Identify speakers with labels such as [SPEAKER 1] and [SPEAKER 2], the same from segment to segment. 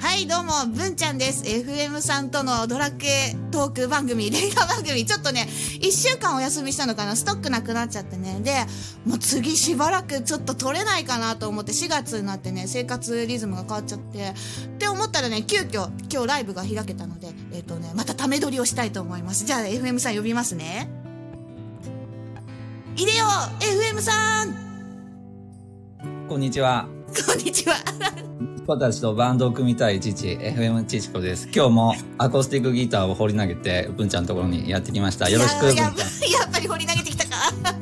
[SPEAKER 1] はいどうも文ちゃんです FM さんとのドラクエトーク番組レギュラー番組ちょっとね1週間お休みしたのかなストックなくなっちゃってねでもう次しばらくちょっと取れないかなと思って4月になってね生活リズムが変わっちゃってって思ったらね急遽今日ライブが開けたのでえっ、とねまたため撮りをしたいと思いますじゃあ FM さん呼びますねいでよ FM さん
[SPEAKER 2] こんにちは。
[SPEAKER 1] こんにちは
[SPEAKER 2] 子たちとバンドを組みたい父、FM ちちこです。今日もアコースティックギターを放り投げて、文ちゃんのところにやってきました。よろしく、文
[SPEAKER 1] い
[SPEAKER 2] ち
[SPEAKER 1] や
[SPEAKER 2] ゃ
[SPEAKER 1] や
[SPEAKER 2] ん
[SPEAKER 1] っ。ぱ やっぱり掘り投げてきたか ね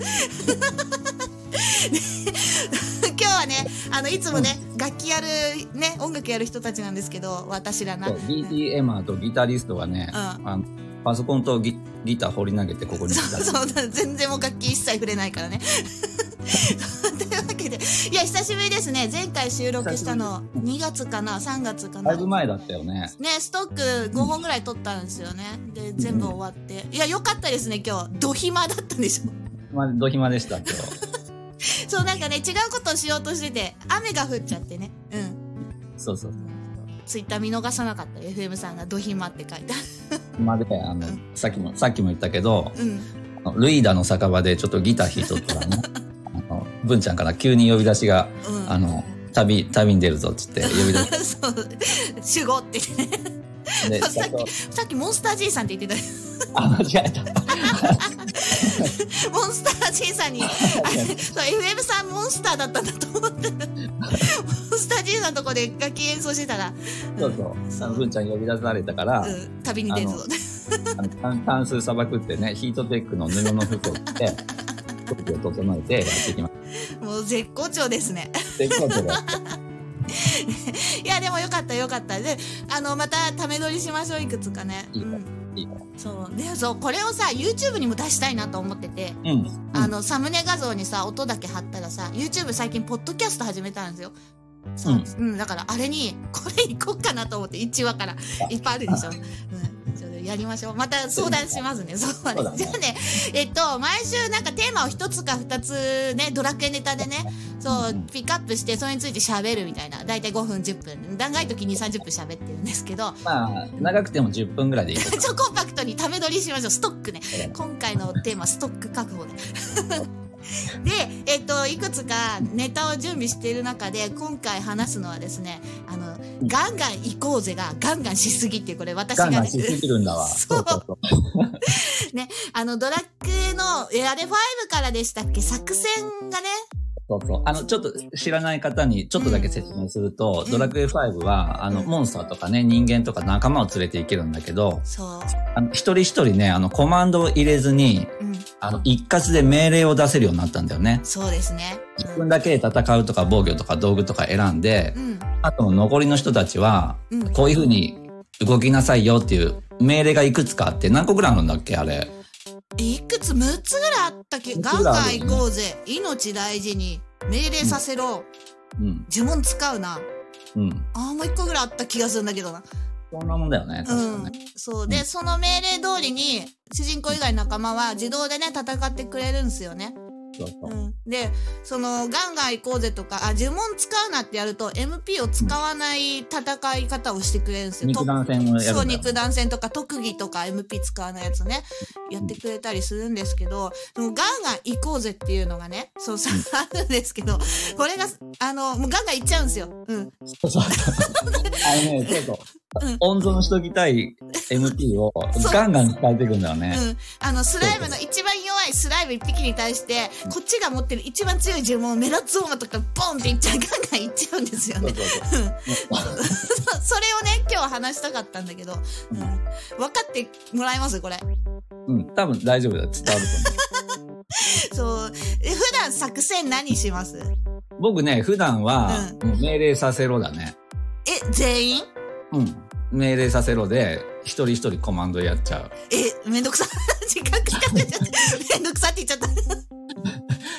[SPEAKER 1] 今日はねあのいつもね、楽器やるね音楽やる人たちなんですけど私らな
[SPEAKER 2] そう BTM とギタリストがね、
[SPEAKER 1] うん
[SPEAKER 2] あのパソコンとギギター放り投げてここに来た。
[SPEAKER 1] そうそう全然もう楽器一切触れないからね というわけでいや久しぶりですね前回収録したの2月かな3月かな
[SPEAKER 2] だいぶ前だったよね。
[SPEAKER 1] ねストック5本ぐらい撮ったんですよねで全部終わっていや良かったですね今日ド暇だったんでしょ
[SPEAKER 2] まあ、ど暇でした、今日。
[SPEAKER 1] そうなんかね違うことをしようとしてて雨が降っちゃってねうん
[SPEAKER 2] そうそう。
[SPEAKER 1] ツイッター見逃さなかった FM さんが「ドヒマ」って書いた
[SPEAKER 2] まあで、あの、さっきも、さっきも言ったけど、
[SPEAKER 1] うん
[SPEAKER 2] あのルイーダの酒場でちょっとギター弾いとったらね、あの、文ちゃんから急に呼び出しが、
[SPEAKER 1] うん
[SPEAKER 2] あの、旅、旅に出るぞって言って呼び出し
[SPEAKER 1] そう主語ってね
[SPEAKER 2] て、で
[SPEAKER 1] さっきさっきモンスター G さんって言ってた
[SPEAKER 2] あ、間違えた。
[SPEAKER 1] モンスター G さんにあれそう FM さんモンスターだったんだと思ってモンスター G さんのとこで楽器演奏してたら
[SPEAKER 2] そうそう。文ちゃん呼び出されたから、
[SPEAKER 1] う、ん、旅に出るぞ
[SPEAKER 2] あの単単数砂漠ってね、ヒートテックの布の服を着て、服を整えてやってきまし
[SPEAKER 1] もう絶好調ですね
[SPEAKER 2] た。で、今日で
[SPEAKER 1] いやでもよかったよかったであのまたため撮りしましょういくつかね
[SPEAKER 2] いいよ
[SPEAKER 1] うん
[SPEAKER 2] いいよ
[SPEAKER 1] そうでそうこれをさ YouTube にも出したいなと思ってて、
[SPEAKER 2] うん。
[SPEAKER 1] あのサムネ画像にさ音だけ貼ったらさ YouTube 最近ポッドキャスト始めたんですよ。さうんだからあれにこれいこうかなと思って1話からいっぱいあるでしょ。うんちょっとやりましょうまた相談しますね。そう
[SPEAKER 2] うだね
[SPEAKER 1] じゃあねえっと毎週なんかテーマを1つか2つねドラクエネタでねそう
[SPEAKER 2] うん
[SPEAKER 1] ピックアップしてそれについて喋るみたいな大体5分10分長い時に30分喋ってるんですけど
[SPEAKER 2] まあ、長くても10分ぐらいでい いか
[SPEAKER 1] ちょコンパクトにため撮りしましょうストックね
[SPEAKER 2] ら。
[SPEAKER 1] 今回のテーマストック確保で。 で、えっと、いくつかネタを準備している中で今回話すのはですね「あの
[SPEAKER 2] うん
[SPEAKER 1] ガンガン行こうぜ」がガンガンしすぎっていうこれ私が
[SPEAKER 2] ガン
[SPEAKER 1] ね
[SPEAKER 2] ガンしすぎるんだわ。
[SPEAKER 1] そう
[SPEAKER 2] そう。
[SPEAKER 1] あのドラッグのえあれ5からでしたっけ作戦がね
[SPEAKER 2] そうそう。あの、ちょっと知らない方にちょっとだけ説明すると、
[SPEAKER 1] うん
[SPEAKER 2] ドラクエ5は、あの、
[SPEAKER 1] うん
[SPEAKER 2] モンスターとかね、人間とか仲間を連れていけるんだけど、
[SPEAKER 1] そ
[SPEAKER 2] あの一人一人ね、あの、コマンドを入れずに、
[SPEAKER 1] う、うん、
[SPEAKER 2] あの、一括で命令を出せるようになったんだよね。
[SPEAKER 1] そうですね。
[SPEAKER 2] 自分だけで戦うとか防御とか道具とか選んで
[SPEAKER 1] う、ん
[SPEAKER 2] あと残りの人たちは、
[SPEAKER 1] うんうん
[SPEAKER 2] こういう風に動きなさいよっていう命令がいくつかあって、何個ぐらいあるんだっけあれ。
[SPEAKER 1] いくつ6つぐらいあったっけ
[SPEAKER 2] 六つ
[SPEAKER 1] ガン
[SPEAKER 2] ぐらい
[SPEAKER 1] ガ
[SPEAKER 2] ある
[SPEAKER 1] ン行こうぜ命大事に命令させろ、
[SPEAKER 2] うん。
[SPEAKER 1] 呪文使うな
[SPEAKER 2] うん。
[SPEAKER 1] あーもう1個ぐらいあった気がするんだけどな
[SPEAKER 2] そんなもんだよね。確
[SPEAKER 1] う
[SPEAKER 2] か
[SPEAKER 1] ん
[SPEAKER 2] ね。、
[SPEAKER 1] そうで、その命令通りに主人公以外の仲間は自動でね戦ってくれるんですよね、
[SPEAKER 2] そうそうう。
[SPEAKER 1] ん、でそのガンガン行こうぜとかあ呪文使うなってやると MP を使わない戦い方をしてくれるんですよ、
[SPEAKER 2] 肉弾戦をや
[SPEAKER 1] そ
[SPEAKER 2] る
[SPEAKER 1] うん
[SPEAKER 2] だよ。
[SPEAKER 1] 肉弾戦とか特技とか MP 使わないやつねやってくれたりするんですけどでもガンガン行こうぜっていうのがねそうさ あるんですけどこれがあのもうガンガン行っちゃうんですよ、うん、
[SPEAKER 2] そうそう。あ のね、そうそう
[SPEAKER 1] うん。
[SPEAKER 2] 温存しときたい MP を
[SPEAKER 1] そう
[SPEAKER 2] ガンガン使えていくんだよね。
[SPEAKER 1] うん、あのスライムの一番弱いスライム一匹に対してこっちが持ってる一番強い呪文をメラツオーマとかボンっていっちゃうガンガンいっちゃうんですよ
[SPEAKER 2] そう
[SPEAKER 1] ね
[SPEAKER 2] そう
[SPEAKER 1] うん
[SPEAKER 2] そう。
[SPEAKER 1] それをね今日話したかったんだけど、うん、分かってもらえますこれ
[SPEAKER 2] うん。多分大丈夫だよ。伝わると思う。
[SPEAKER 1] そうえ普段作戦何します
[SPEAKER 2] 僕ね、普段は、もう命令させろだね。
[SPEAKER 1] え全員
[SPEAKER 2] うん。命令させろで、一人一人コマンドやっちゃう。
[SPEAKER 1] えめんどくさ 時間かかっちゃ っためんどくさって言っちゃった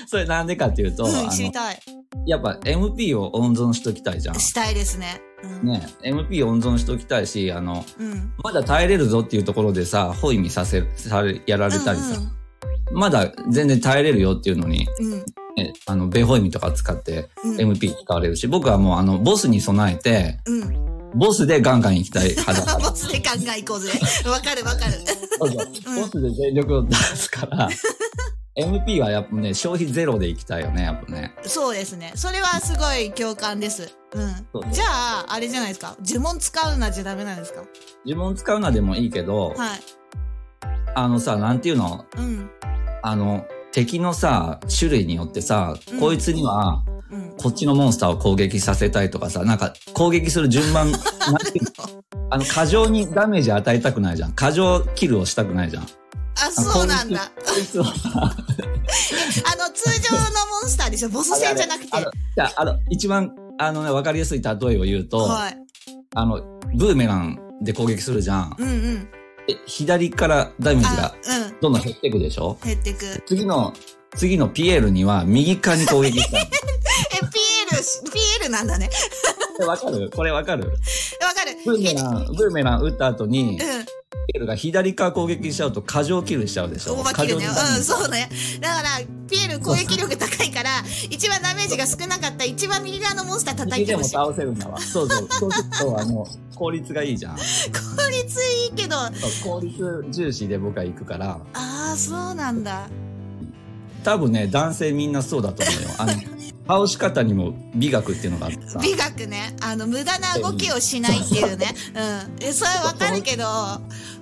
[SPEAKER 2] それなんでかっていうと、
[SPEAKER 1] うん
[SPEAKER 2] あ
[SPEAKER 1] 知り
[SPEAKER 2] の、
[SPEAKER 1] たい
[SPEAKER 2] やっぱ MP を温存しときたいじゃん。
[SPEAKER 1] したいですねうん、
[SPEAKER 2] ね、MP 温存しときたいし、あの、
[SPEAKER 1] うん
[SPEAKER 2] まだ耐えれるぞっていうところでさ、ホイミさせ、され、やられたりさ、まだ全然耐えれるよっていうのに、
[SPEAKER 1] うんうん
[SPEAKER 2] ね、あの、ベホイミとか使って
[SPEAKER 1] うん
[SPEAKER 2] MP 使われるし、僕はもうあの、ボスに備えて、
[SPEAKER 1] うん
[SPEAKER 2] ボスでガンガン行きたい 派だから。
[SPEAKER 1] ボスで考え行こうぜ。 わかるわかる。
[SPEAKER 2] そうそうボスで全力を出 すから、MP はやっぱね、消費ゼロで行きたいよね、やっぱね。
[SPEAKER 1] そうですね。それはすごい共感です。う。
[SPEAKER 2] そうん
[SPEAKER 1] じゃあ、あれじゃないですか。呪文使うなじゃダメなんですか
[SPEAKER 2] 呪文使うなでもいいけど、
[SPEAKER 1] はい。
[SPEAKER 2] あのさ、なんていうの
[SPEAKER 1] うん。
[SPEAKER 2] あの、敵のさ、種類によってさ、
[SPEAKER 1] うん
[SPEAKER 2] こいつには、
[SPEAKER 1] うん。
[SPEAKER 2] こっちのモンスターを攻撃させたいとかさ、なんか攻撃する 順番、なんていうあの、過剰にダメージ与えたくないじゃん。過剰キルをしたくな いじゃん。こ
[SPEAKER 1] あ、そうなんだ。
[SPEAKER 2] いつをさ、
[SPEAKER 1] あの、通常のモンスターでしょ。ボス戦じゃなくて。
[SPEAKER 2] あのじゃあ、あの、一番、あのね、わかりやすい例えを言うと、
[SPEAKER 1] はい。
[SPEAKER 2] あの、ブーメランで攻撃するじゃん。
[SPEAKER 1] うんうん。
[SPEAKER 2] え左からダメージ
[SPEAKER 1] あ
[SPEAKER 2] が、
[SPEAKER 1] うん。
[SPEAKER 2] どんどん減っていくでしょ
[SPEAKER 1] 減ってく。え、
[SPEAKER 2] 次の、次のピエールには右側に攻撃したい
[SPEAKER 1] ピエール、ピエールなんだね。
[SPEAKER 2] えわかるこれわかる
[SPEAKER 1] わかる。
[SPEAKER 2] ブーメラン、ブーメラン撃った後に、
[SPEAKER 1] うん。
[SPEAKER 2] ピエールが左から攻撃しちゃうと過剰キルしちゃうでしょ
[SPEAKER 1] オーバーキルね。
[SPEAKER 2] 過剰に
[SPEAKER 1] うん、そうね。だから、ピエール攻撃力高いから、一番ダメージが少なかった、一番右側のモンスター叩い
[SPEAKER 2] 右
[SPEAKER 1] て
[SPEAKER 2] で
[SPEAKER 1] ほ
[SPEAKER 2] も
[SPEAKER 1] しい。効
[SPEAKER 2] 倒せるんだわ。そうそう。そうすると、あの、効率がいいじゃん。
[SPEAKER 1] 率いいけど、あ
[SPEAKER 2] 効率重視で僕は行くから、
[SPEAKER 1] あ、そうなんだ。
[SPEAKER 2] 多分ね、男性みんなそうだと思うよ。あの、倒し方にも美学っていうのがあってさ。
[SPEAKER 1] 美学ね。あの、無駄な動きをしないっていうね。うん。え、それはわかるけど、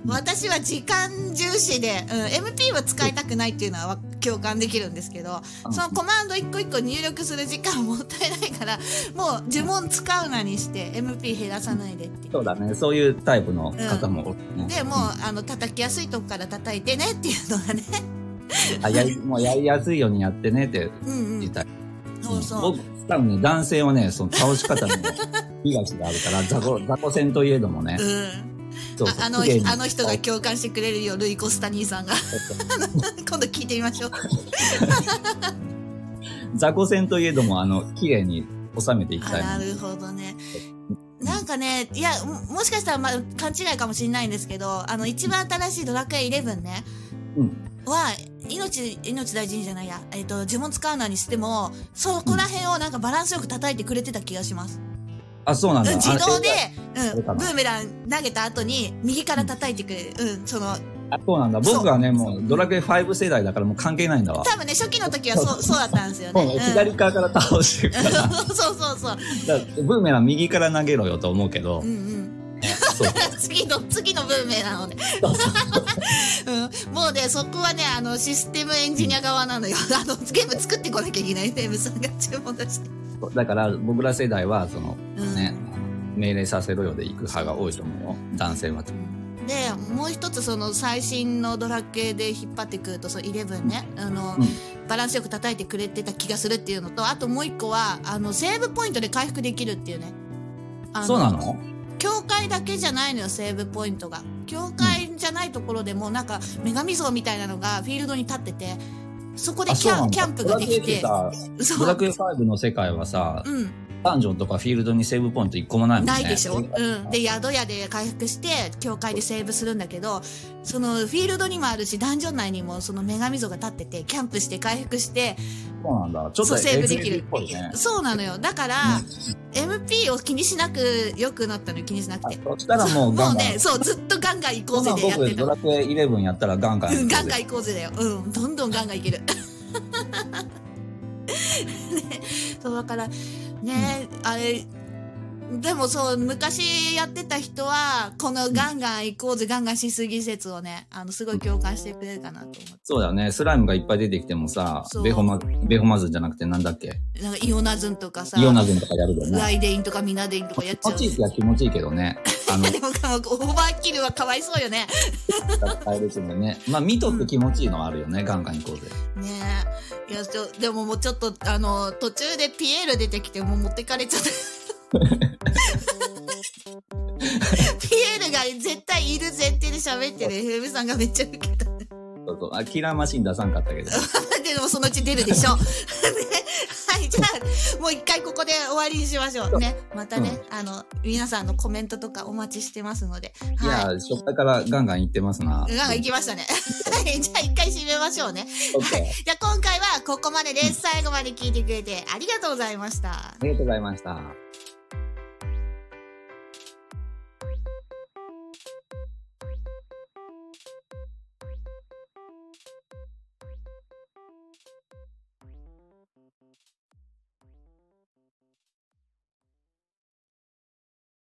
[SPEAKER 1] 私は時間重視で、うん、MP は使いたくないっていうのはわ共感できるんですけど、
[SPEAKER 2] うん
[SPEAKER 1] そのコマンド一個一個入力する時間もったいないから、もう呪文使うなにして、MP 減らさないでって。
[SPEAKER 2] そうだね。そういうタイプの方もおるね。
[SPEAKER 1] でもうあの叩きやすいとこから叩いてねっていうの がね
[SPEAKER 2] あやりもうやりやすいようにやってねって
[SPEAKER 1] うんう
[SPEAKER 2] 言い
[SPEAKER 1] ん
[SPEAKER 2] たい。
[SPEAKER 1] そうそう、
[SPEAKER 2] 僕、多分ね、男性はね、その倒し方に も美学があるから、雑魚、雑魚戦といえどもね。
[SPEAKER 1] うん、
[SPEAKER 2] そうそう
[SPEAKER 1] ああの
[SPEAKER 2] 綺麗に
[SPEAKER 1] あの人が共感してくれるよルイ・コスタ兄さんが 今度聞いてみましょう
[SPEAKER 2] 雑魚戦といえども、あの、綺麗に収めていき
[SPEAKER 1] あ
[SPEAKER 2] たいもん
[SPEAKER 1] な
[SPEAKER 2] ね。
[SPEAKER 1] るほどねなんかねいやももしかしたら、まあ、勘違いかもしれないんですけどあの一番新しい「ドラクエ11ね」
[SPEAKER 2] うん
[SPEAKER 1] は命命大事にじゃないや、えっと呪文使うのにしてもそこら辺をなんかバランスよく叩いてくれてた気がします
[SPEAKER 2] あ、そうなんだ。
[SPEAKER 1] うん自動で
[SPEAKER 2] あ、
[SPEAKER 1] う、
[SPEAKER 2] れかなん
[SPEAKER 1] ブーメラン投げた後に右から叩いてくれる、うん、その
[SPEAKER 2] あそうなんだ。
[SPEAKER 1] そう
[SPEAKER 2] 僕はね、もうドラクエ5世代だからもう関係ないんだわ。
[SPEAKER 1] 多分ね初期の時はそうそうだったんですよね、
[SPEAKER 2] もう
[SPEAKER 1] うん、
[SPEAKER 2] ね、左側から倒して るから。だか
[SPEAKER 1] そうそうそう、
[SPEAKER 2] らブーメラン右から投げろよと思うけど、
[SPEAKER 1] うんうん、
[SPEAKER 2] そう。
[SPEAKER 1] 次の次のブーメランをね、 うん、もうねそこはねあのシステムエンジニア側なのよ あのゲーム作ってこなきゃいけないフェムさんが注文出して、
[SPEAKER 2] だから僕ら世代は、その、
[SPEAKER 1] うん
[SPEAKER 2] ね、命令させろよで行く派が多いと思うよ。男性は。
[SPEAKER 1] でもう一つその最新のドラッケで引っ張ってくるとその11ねあの、
[SPEAKER 2] うん
[SPEAKER 1] バランスよく叩いてくれてた気がするっていうのとあともう一個はあのセーブポイントで回復できるっていうねあ
[SPEAKER 2] そうなの
[SPEAKER 1] 教会だけじゃないのよセーブポイントが教会じゃないところでもなんか女神像みたいなのがフィールドに立っててそこで
[SPEAKER 2] あ
[SPEAKER 1] キ
[SPEAKER 2] そう
[SPEAKER 1] ャ
[SPEAKER 2] な
[SPEAKER 1] ン
[SPEAKER 2] んだ
[SPEAKER 1] キャンプができて
[SPEAKER 2] ドラクエってさ、ド
[SPEAKER 1] そ
[SPEAKER 2] ラ
[SPEAKER 1] う
[SPEAKER 2] クエ5の世界はさ、
[SPEAKER 1] うん
[SPEAKER 2] ダンジョンとかフィールドにセーブポイント一個もないもんね。
[SPEAKER 1] ないでしょ、うん、で宿屋で回復して教会でセーブするんだけどそのフィールドにもあるしダンジョン内にもその女神像が立っててキャンプして回復して
[SPEAKER 2] そうなんだ。ちょっ
[SPEAKER 1] そ
[SPEAKER 2] と
[SPEAKER 1] うセーブできる
[SPEAKER 2] FF っぽいね。
[SPEAKER 1] そうなのよだから、MP を気にしなく良くなったのよ気にしなく
[SPEAKER 2] あ
[SPEAKER 1] て
[SPEAKER 2] そしたらもうガンガン。
[SPEAKER 1] もうねそうずっとガンガン行こ
[SPEAKER 2] そうう
[SPEAKER 1] ぜ
[SPEAKER 2] なん
[SPEAKER 1] でやって
[SPEAKER 2] 僕
[SPEAKER 1] た
[SPEAKER 2] ドラクエ11やったらガンガンや
[SPEAKER 1] う
[SPEAKER 2] る
[SPEAKER 1] ん、
[SPEAKER 2] ぜ
[SPEAKER 1] ガンガン行こうぜだよ。うん、どんどんガンガンいける。ね、 そうだから、ね、あれ、でもそう、昔やってた人は、このガンガン行こうぜ、ガンガンしすぎ説をね、あの、すごい共感してくれるかなと思っ
[SPEAKER 2] そうだね。スライムがいっぱい出てきてもさ
[SPEAKER 1] そう、
[SPEAKER 2] ベホマ、ベホマズンじゃなくてなんだっけ
[SPEAKER 1] て。なんか、イオナズンとかさ、
[SPEAKER 2] イオナズンとかやるよ
[SPEAKER 1] ラ
[SPEAKER 2] ね。
[SPEAKER 1] イデインとかミナデインとかやっち
[SPEAKER 2] 気
[SPEAKER 1] ゃ
[SPEAKER 2] 持
[SPEAKER 1] う。
[SPEAKER 2] ちいい時は気持ちいいけど ね。あの、
[SPEAKER 1] でも、オーバーキルはかわいそうよね。
[SPEAKER 2] 使えるしもね。まあ、見とって気持ちいいのはあるよね。ガンガン行こうぜ。
[SPEAKER 1] ねえ。いや、ちょ、でももうちょっと、あの、途中でピエール出てきて、もう持ってかれちゃった。ピエールが絶対いる前提で喋ってる FM さんがめっちゃウケた。
[SPEAKER 2] そうそう。あ、キラーマシン出さんかったけど。
[SPEAKER 1] でもそのうち出るでしょ。ねはい、じゃあ、もう一回ここで終わりにしましょう。ね。またね、あの、皆さんのコメントとかお待ちしてますので。
[SPEAKER 2] い
[SPEAKER 1] は
[SPEAKER 2] や、初回からガンガン行ってますな。
[SPEAKER 1] い。なんか行きましたね。はい、じゃあ一回締めましょうね。
[SPEAKER 2] オッケー
[SPEAKER 1] じゃあ今回はここまでです。最後まで聞いてくれてありがとうございました。
[SPEAKER 2] ありがとうございました。